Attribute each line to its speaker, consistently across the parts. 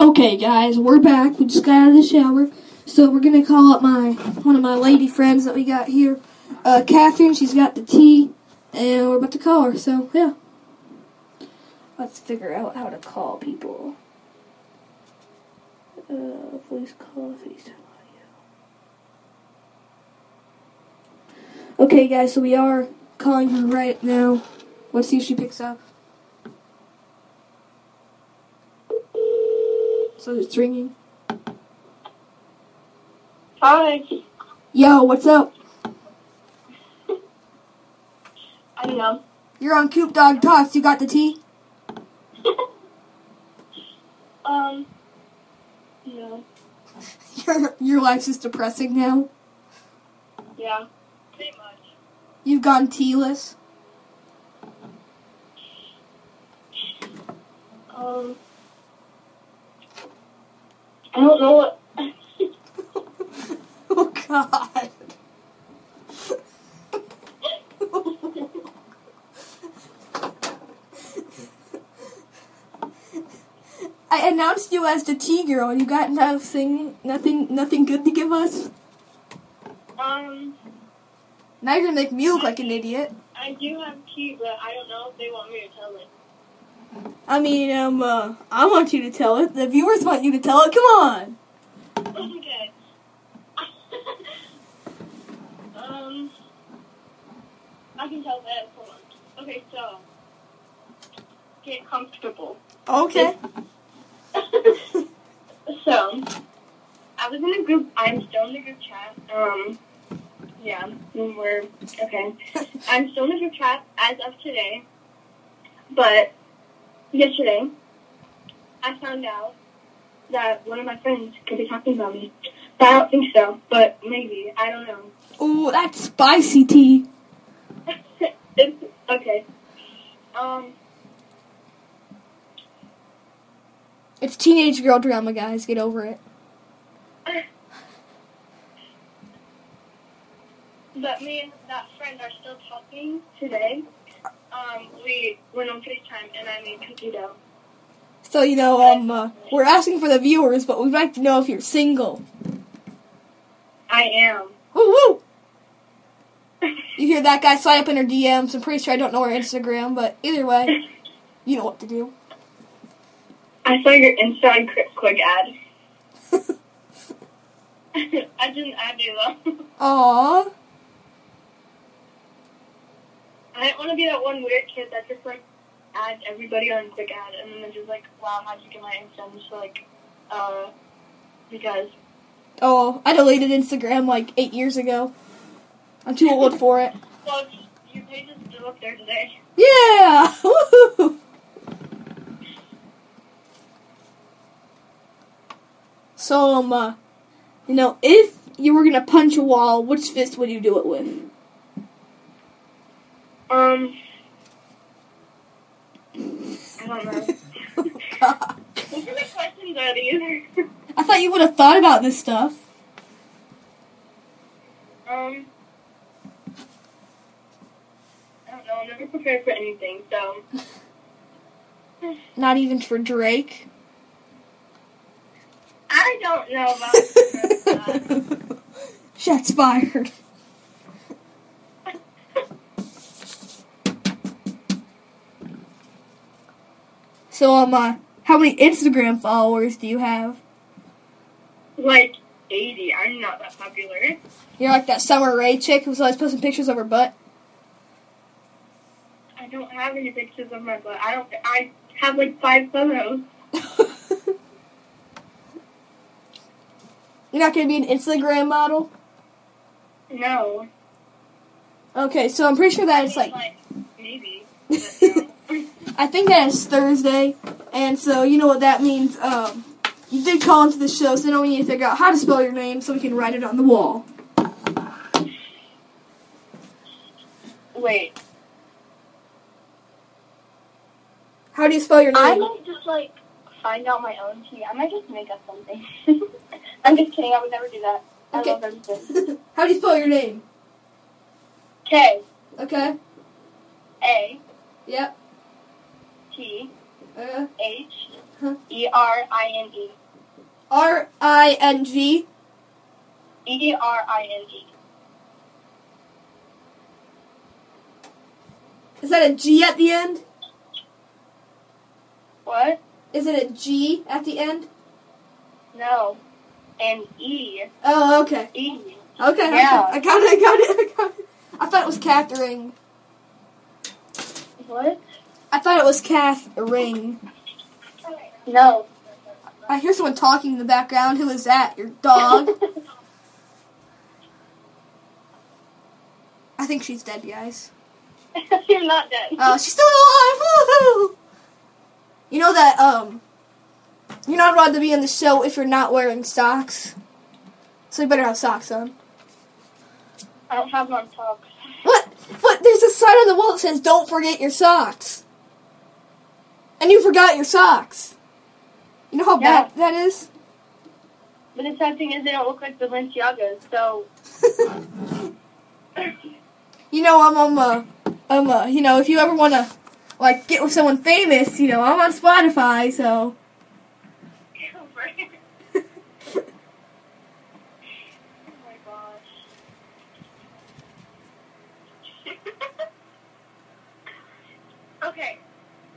Speaker 1: Okay, guys, we're back. We just got out of the shower, so we're gonna call up my one of my lady friends that we got here, uh, Catherine. She's got the tea, and we're about to call her. So yeah, let's figure out how to call people. Uh, voice call, FaceTime audio. Okay, guys, so we are calling her right now. Let's see if she picks up. So it's ringing.
Speaker 2: Hi.
Speaker 1: Yo, what's up?
Speaker 2: I don't know.
Speaker 1: You're on Coop Dog Talks. You got the tea?
Speaker 2: Um. No.
Speaker 1: Your your life's just depressing now.
Speaker 2: Yeah. Pretty much.
Speaker 1: You've gone tealess.
Speaker 2: Um. I don't know what.
Speaker 1: oh God. I announced you as the tea girl, and you got nothing, nothing, nothing good to give us.
Speaker 2: um.
Speaker 1: Now you're gonna make me look like an idiot.
Speaker 2: I do have tea, but I don't know if they want me to tell it.
Speaker 1: I mean, um, uh, I want you to tell it. The viewers want you to tell it. Come on.
Speaker 2: Okay. um. I can tell that. Hold on. Okay, so. Get comfortable.
Speaker 1: Okay.
Speaker 2: so, I was in a group. I'm still in the group chat. Um, yeah, we're okay. I'm still in the group chat as of today, but yesterday I found out that one of my friends could be talking about me. But I don't think so. But maybe I don't know.
Speaker 1: Ooh, that's spicy tea.
Speaker 2: It's- okay. Um.
Speaker 1: It's teenage girl drama, guys. Get over it.
Speaker 2: But me and that friend are still talking today. Um, we went on FaceTime and I made cookie dough.
Speaker 1: So you know, um, uh, we're asking for the viewers, but we'd like to know if you're single.
Speaker 2: I am.
Speaker 1: Woo woo! You hear that guy slide up in her DMs? I'm pretty sure I don't know her Instagram, but either way, you know what to do.
Speaker 2: I saw your Insta and Crip Quick ad. I didn't add you though.
Speaker 1: Aww.
Speaker 2: I didn't want to be that one weird kid that just like adds everybody on Quick Ad and then they're just like, wow, how'd you get my Insta? I'm just like, uh, because.
Speaker 1: Oh, I deleted Instagram like eight years ago. I'm too old for it.
Speaker 2: Well, your page is still up there today.
Speaker 1: Yeah! Woohoo! So, um, uh, you know, if you were gonna punch a wall, which fist would you do it with?
Speaker 2: Um. I don't know.
Speaker 1: Oh,
Speaker 2: What kind of questions are these?
Speaker 1: I thought you would have thought about this stuff.
Speaker 2: um, I don't know. I'm never prepared for anything, so
Speaker 1: Not even for Drake.
Speaker 2: I don't know about prepared for that.
Speaker 1: Shots fired.
Speaker 2: uh,
Speaker 1: So, um, uh, how many Instagram followers do you have?
Speaker 2: Like 80. I'm not that popular.
Speaker 1: You're like that Summer Rae chick who's always posting pictures of her butt.
Speaker 2: I don't have any pictures of my butt. I don't. I have like five photos.
Speaker 1: You're not gonna be an Instagram model?
Speaker 2: No.
Speaker 1: Okay, so I'm pretty sure that it's
Speaker 2: I mean,
Speaker 1: like
Speaker 2: maybe. but no.
Speaker 1: I think that is Thursday, and so you know what that means. Um, you did call into the show, so now we need to figure out how to spell your name so we can write it on the wall.
Speaker 2: Wait.
Speaker 1: How do you spell your
Speaker 2: I
Speaker 1: name?
Speaker 2: might just like find out my own tea. I might just make up something. I'm just kidding. I would never do that. I
Speaker 1: Okay.
Speaker 2: love everything.
Speaker 1: how do you spell your name?
Speaker 2: K
Speaker 1: Okay.
Speaker 2: A
Speaker 1: Yep.
Speaker 2: T
Speaker 1: Uh,
Speaker 2: H
Speaker 1: Huh?
Speaker 2: E R I N E.
Speaker 1: R I N G.
Speaker 2: E R I N E.
Speaker 1: Is that a G at the end?
Speaker 2: What?
Speaker 1: Is it a G at the end?
Speaker 2: No. An E.
Speaker 1: Oh, okay.
Speaker 2: E.
Speaker 1: Okay.
Speaker 2: Yeah.
Speaker 1: I got it. I got it. I got it. I thought it was Catherine.
Speaker 2: What?
Speaker 1: I thought it was Catherine.
Speaker 2: No.
Speaker 1: I hear someone talking in the background. Who is that? Your dog? I think she's dead, guys.
Speaker 2: You're not dead.
Speaker 1: Oh, she's still alive! Woohoo! You know that, um, you're not allowed to be on the show if you're not wearing socks. So you better have socks on.
Speaker 2: I don't have my talk.
Speaker 1: What? What? There's a sign on the wall that says, don't forget your socks. And you forgot your socks. You know how
Speaker 2: Yeah.
Speaker 1: bad that is?
Speaker 2: But the sad thing is, they don't look like Balenciagas, so.
Speaker 1: you know, I'm on, uh, I'm, uh, you know, if you ever want to, like, get with someone famous, you know, I'm on Spotify, so.
Speaker 2: oh my gosh. okay,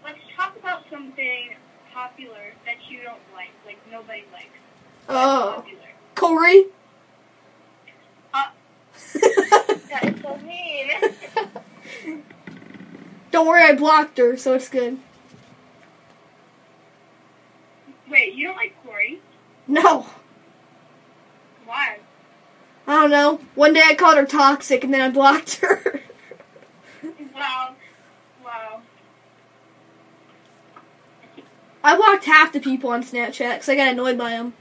Speaker 2: let's talk about something popular that you don't like, like nobody likes. but
Speaker 1: Oh.
Speaker 2: Popular.
Speaker 1: Corey?
Speaker 2: Uh, that is so mean.
Speaker 1: Don't worry, I blocked her, so it's good.
Speaker 2: Wait, you don't like Corey?
Speaker 1: No.
Speaker 2: Why?
Speaker 1: I don't know. One day I called her toxic and then I blocked her.
Speaker 2: Wow. Wow.
Speaker 1: I blocked half the people on Snapchat because I got annoyed by them.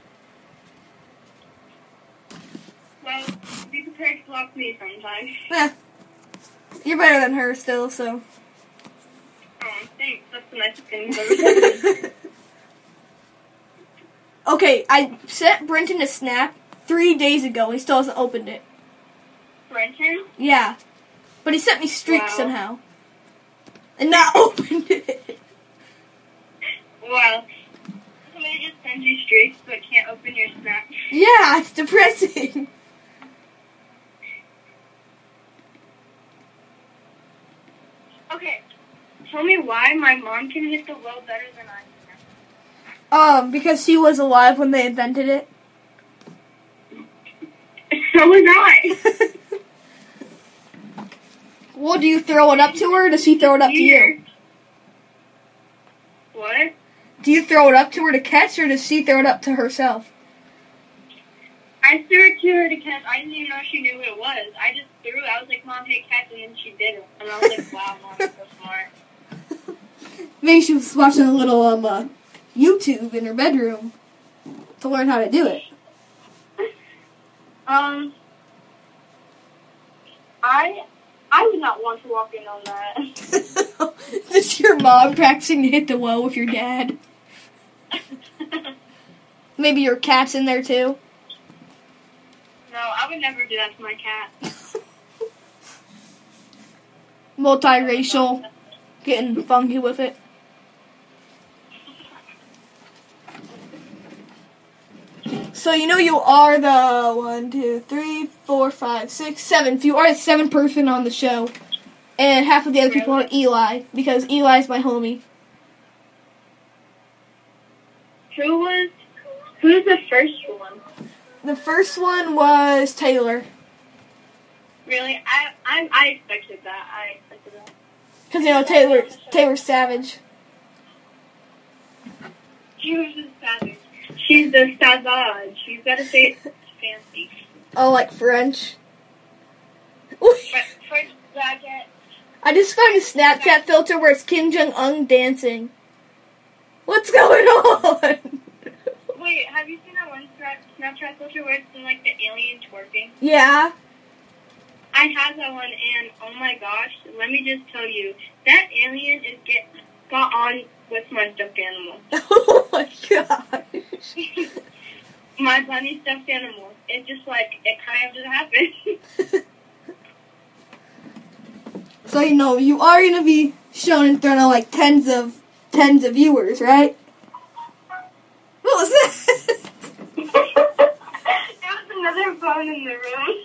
Speaker 2: Well, be prepared to block me sometime.
Speaker 1: Eh. You're better than her still, so.
Speaker 2: Oh, thanks. That's the nicest thing you've ever said.
Speaker 1: okay, I sent Brenton a snap three days ago. He still hasn't opened it.
Speaker 2: Brenton?
Speaker 1: Yeah. But he sent me streak
Speaker 2: Wow.
Speaker 1: somehow. And not opened it.
Speaker 2: Wow. Somebody just sends you streaks but can't open your snap.
Speaker 1: Yeah, it's depressing.
Speaker 2: Okay. Tell me why my mom can hit the low better than I can.
Speaker 1: Um, because she was alive when they invented it.
Speaker 2: So was I.
Speaker 1: well, do you throw it up to her? Or does she throw it up to you?
Speaker 2: What?
Speaker 1: Do you throw it up to her to catch, or does she throw it up to herself?
Speaker 2: I threw it to her to catch. I didn't even know she knew what it was. I just threw it. I was like, Mom, hey, catch. And then she did it. And I was like, wow, Mom, you're so smart.
Speaker 1: Maybe she was watching a little um uh, YouTube in her bedroom to learn how to do it.
Speaker 2: Um, I I would not want to walk in on that.
Speaker 1: Is your mom practicing to hit the wall with your dad? Maybe your cat's in there too.
Speaker 2: no, I would never do that to my cat.
Speaker 1: Multiracial, getting funky with it. So you know you are the one, two, three, four, five, six, seven. If you are the seventh person on the show, and half of the other people are Eli because Eli's my homie.
Speaker 2: Who was who's the first one?
Speaker 1: The first one was Taylor
Speaker 2: Really, I I I expected that. I expected that.
Speaker 1: because you know Taylor Taylor Savage.
Speaker 2: She was just savage. She's the savage. She's gotta say it fancy.
Speaker 1: Oh, like French.
Speaker 2: But first jacket.
Speaker 1: I just found a Snapchat filter where it's Kim Jong Un dancing. What's going on?
Speaker 2: Wait, have you seen that one Snap- Snapchat filter where it's been like the alien twerking?
Speaker 1: yeah.
Speaker 2: I have that one, and oh my gosh, let me just tell you, that alien is get got on with my stuffed animal.
Speaker 1: Oh my gosh.
Speaker 2: my bunny stuffed animal. It just like it kind of just happened.
Speaker 1: so you know you are gonna be shown in front of like tens of tens of viewers, right? What was that?
Speaker 2: there was another phone in the room.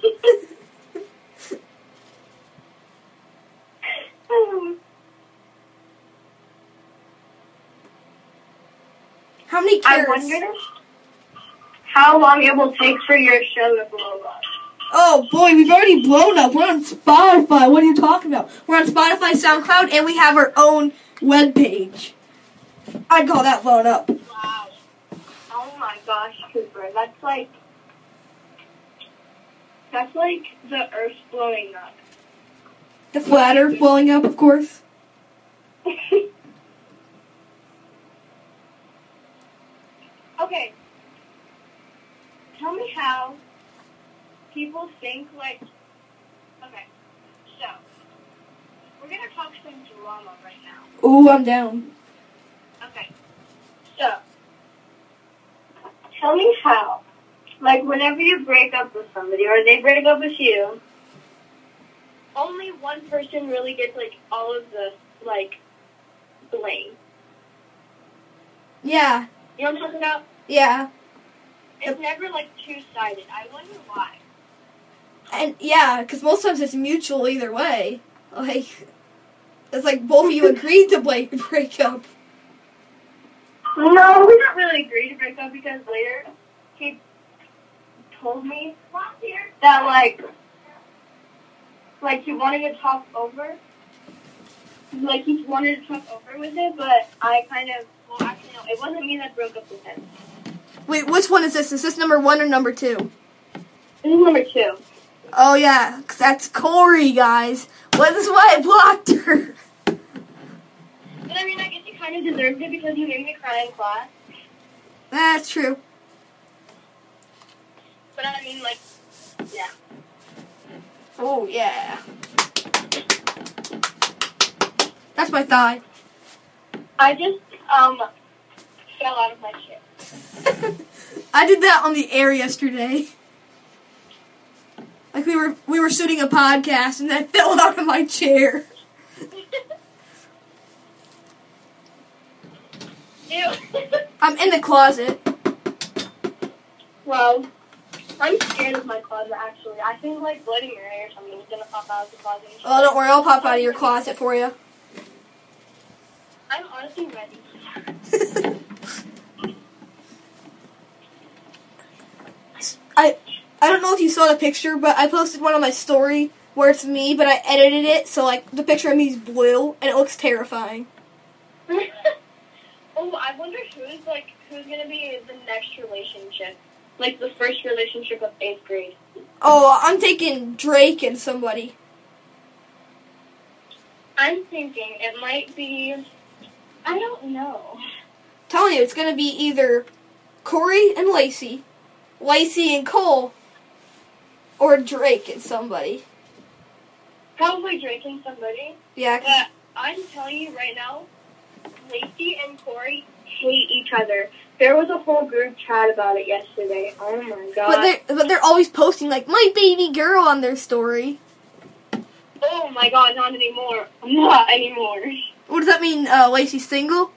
Speaker 1: How many
Speaker 2: I
Speaker 1: cares?
Speaker 2: wonder how long it will take for your show to blow up.
Speaker 1: Oh boy, we've already blown up. We're on Spotify. What are you talking about? We're on Spotify, SoundCloud, and we have our own webpage. I'd call that blown up.
Speaker 2: Wow. Oh my gosh, Cooper, that's like that's like the earth blowing up.
Speaker 1: The flat earth blowing up, of course.
Speaker 2: okay. Tell me how people think like okay. So we're gonna talk some drama right now.
Speaker 1: Ooh, I'm down.
Speaker 2: Okay. So, tell me how, like, whenever you break up with somebody or they break up with you, only one person really gets, like, all of the, like, blame.
Speaker 1: Yeah,
Speaker 2: You know what I'm talking about?
Speaker 1: yeah,
Speaker 2: It's never, like, two sided. I wonder why.
Speaker 1: and yeah, because most times it's mutual either way. Like, it's like both of you agreed to bla- break up.
Speaker 2: No, we didn't really agree to break up because later he told me that like like he wanted to talk over like he wanted to talk over with it, but I kind of well actually no, it wasn't me that broke up with him.
Speaker 1: Wait, which one is this? Is this number one or number two?
Speaker 2: This is number two.
Speaker 1: Oh yeah, 'cause that's Corey, guys. Well, this is why I blocked her.
Speaker 2: But I mean I guess he kinda deserved it because he made me cry in class.
Speaker 1: That's true.
Speaker 2: But I mean like yeah.
Speaker 1: Oh yeah. That's my thigh.
Speaker 2: I just um fell out of my chair.
Speaker 1: I did that on the air yesterday. Like we were we were shooting a podcast and I fell out of my chair.
Speaker 2: Ew.
Speaker 1: I'm in the closet.
Speaker 2: Well, I'm scared of my closet actually. I think like Bloody Mary or something is gonna pop out of the closet.
Speaker 1: Oh, don't worry, I'll pop out of your closet for you.
Speaker 2: I'm honestly ready.
Speaker 1: I I don't know if you saw the picture, but I posted one on my story where it's me, but I edited it so like the picture of me is blue and it looks terrifying.
Speaker 2: oh, I wonder who's like who's gonna be the next relationship, like the first relationship of eighth grade.
Speaker 1: Oh, I'm taking Drake and somebody.
Speaker 2: I'm thinking it might be. I don't know.
Speaker 1: telling you, it's going to be either Corey and Lacey, Lacey and Cole, or Drake and somebody.
Speaker 2: Probably drinking somebody.
Speaker 1: Yeah, 'cause-
Speaker 2: But I'm telling you right now, Lacey and Corey hate each other. There was a whole group chat about it yesterday. Oh my god.
Speaker 1: but they're but they're always posting like my baby girl on their story.
Speaker 2: Oh my god, not anymore. Not anymore.
Speaker 1: What does that mean? Uh, Lacey's single.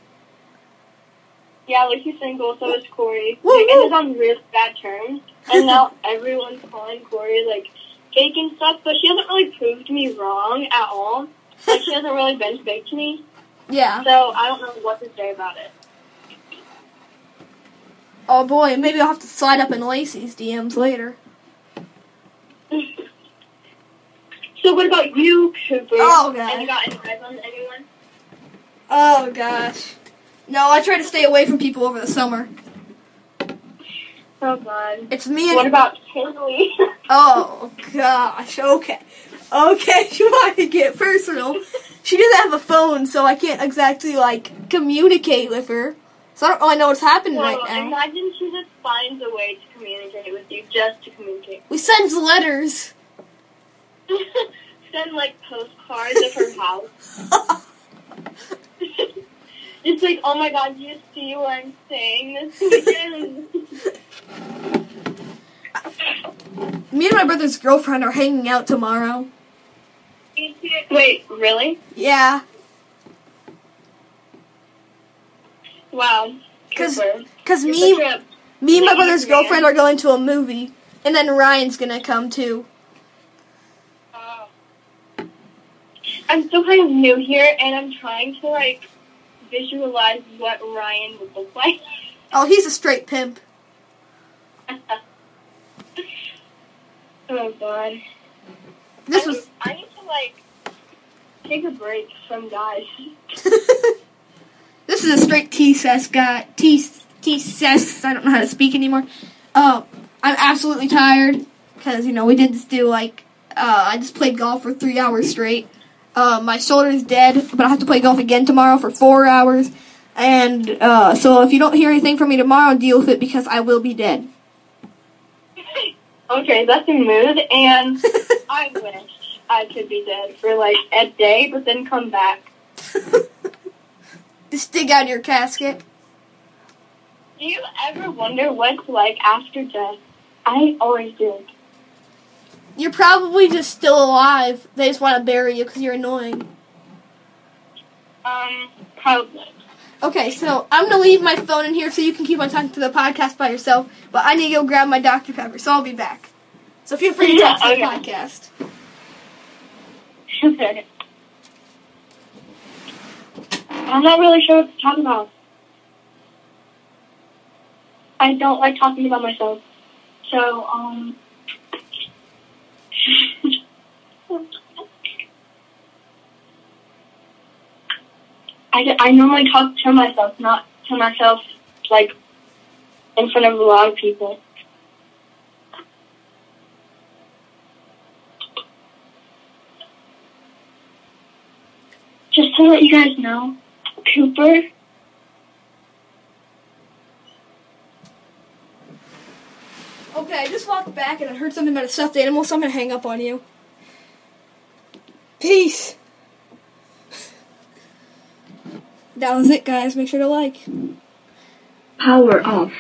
Speaker 2: Yeah, Lucy's single, so is Corey.
Speaker 1: Woo,
Speaker 2: They
Speaker 1: woo.
Speaker 2: ended on really bad terms, and now everyone's calling Corey like fake and stuff, but she hasn't really proved me wrong at all. Like, she hasn't really been fake to me,
Speaker 1: yeah.
Speaker 2: so I don't know what to say about it.
Speaker 1: Oh boy, maybe I'll have to slide up in Lacey's DMs later.
Speaker 2: So, what about you, Cooper?
Speaker 1: Oh, God.
Speaker 2: Have you gotten eyes on anyone?
Speaker 1: Oh gosh. No, I try to stay away from people over the summer.
Speaker 2: Oh, God.
Speaker 1: It's me and
Speaker 2: What about Kinley?
Speaker 1: Oh gosh. Okay. Okay. She wanted to get personal. She doesn't have a phone, so I can't exactly like communicate with her. So I don't really know what's happening
Speaker 2: well,
Speaker 1: right now.
Speaker 2: imagine she just finds a way to communicate with you, just to communicate.
Speaker 1: We sends letters.
Speaker 2: send like postcards of her house. it's like, oh my god, do you see what I'm saying this weekend?
Speaker 1: Me and my brother's girlfriend are hanging out tomorrow.
Speaker 2: Wait, really?
Speaker 1: Yeah.
Speaker 2: Wow.
Speaker 1: Cause-
Speaker 2: Cooper,
Speaker 1: Cause
Speaker 2: it's
Speaker 1: me,
Speaker 2: a trip.
Speaker 1: me and my
Speaker 2: Yeah,
Speaker 1: brother's
Speaker 2: yeah.
Speaker 1: girlfriend are going to a movie, and then Ryan's gonna come too.
Speaker 2: Wow. I'm still kind of new here, and I'm trying to like visualize what Ryan would look like.
Speaker 1: Oh, he's a straight pimp.
Speaker 2: oh God.
Speaker 1: This
Speaker 2: I
Speaker 1: was.
Speaker 2: Need, I need to like take a break from guys.
Speaker 1: this is a straight T-Sess guy. T-Sess. I don't know how to speak anymore. Uh, I'm absolutely tired because you know we did just do like uh, I just played golf for three hours straight. Uh, my shoulder is dead, but I have to play golf again tomorrow for four hours. And uh, so if you don't hear anything from me tomorrow, deal with it because I will be dead.
Speaker 2: okay, that's a mood, and I wish I could be dead for like a day, but then come back.
Speaker 1: just dig out your casket.
Speaker 2: Do you ever wonder what's like after death? I always do.
Speaker 1: You're probably just still alive. They just want to bury you because you're annoying.
Speaker 2: Um, probably.
Speaker 1: Okay, so I'm gonna leave my phone in here so you can keep on talking to the podcast by yourself. But I need to go grab my Dr Pepper, so I'll be back. So feel free to talk to the
Speaker 2: Yeah, okay.
Speaker 1: podcast.
Speaker 2: I'm not really sure what to talk about. I don't like talking about myself. So, um. I, ju- I normally talk to myself, not to myself, like, in front of a lot of people. Just to let you guys know, Cooper
Speaker 1: Okay, I just walked back and I heard something about a stuffed animal, so I'm gonna hang up on you. Peace. That was it, guys. Make sure to like.
Speaker 3: Power off.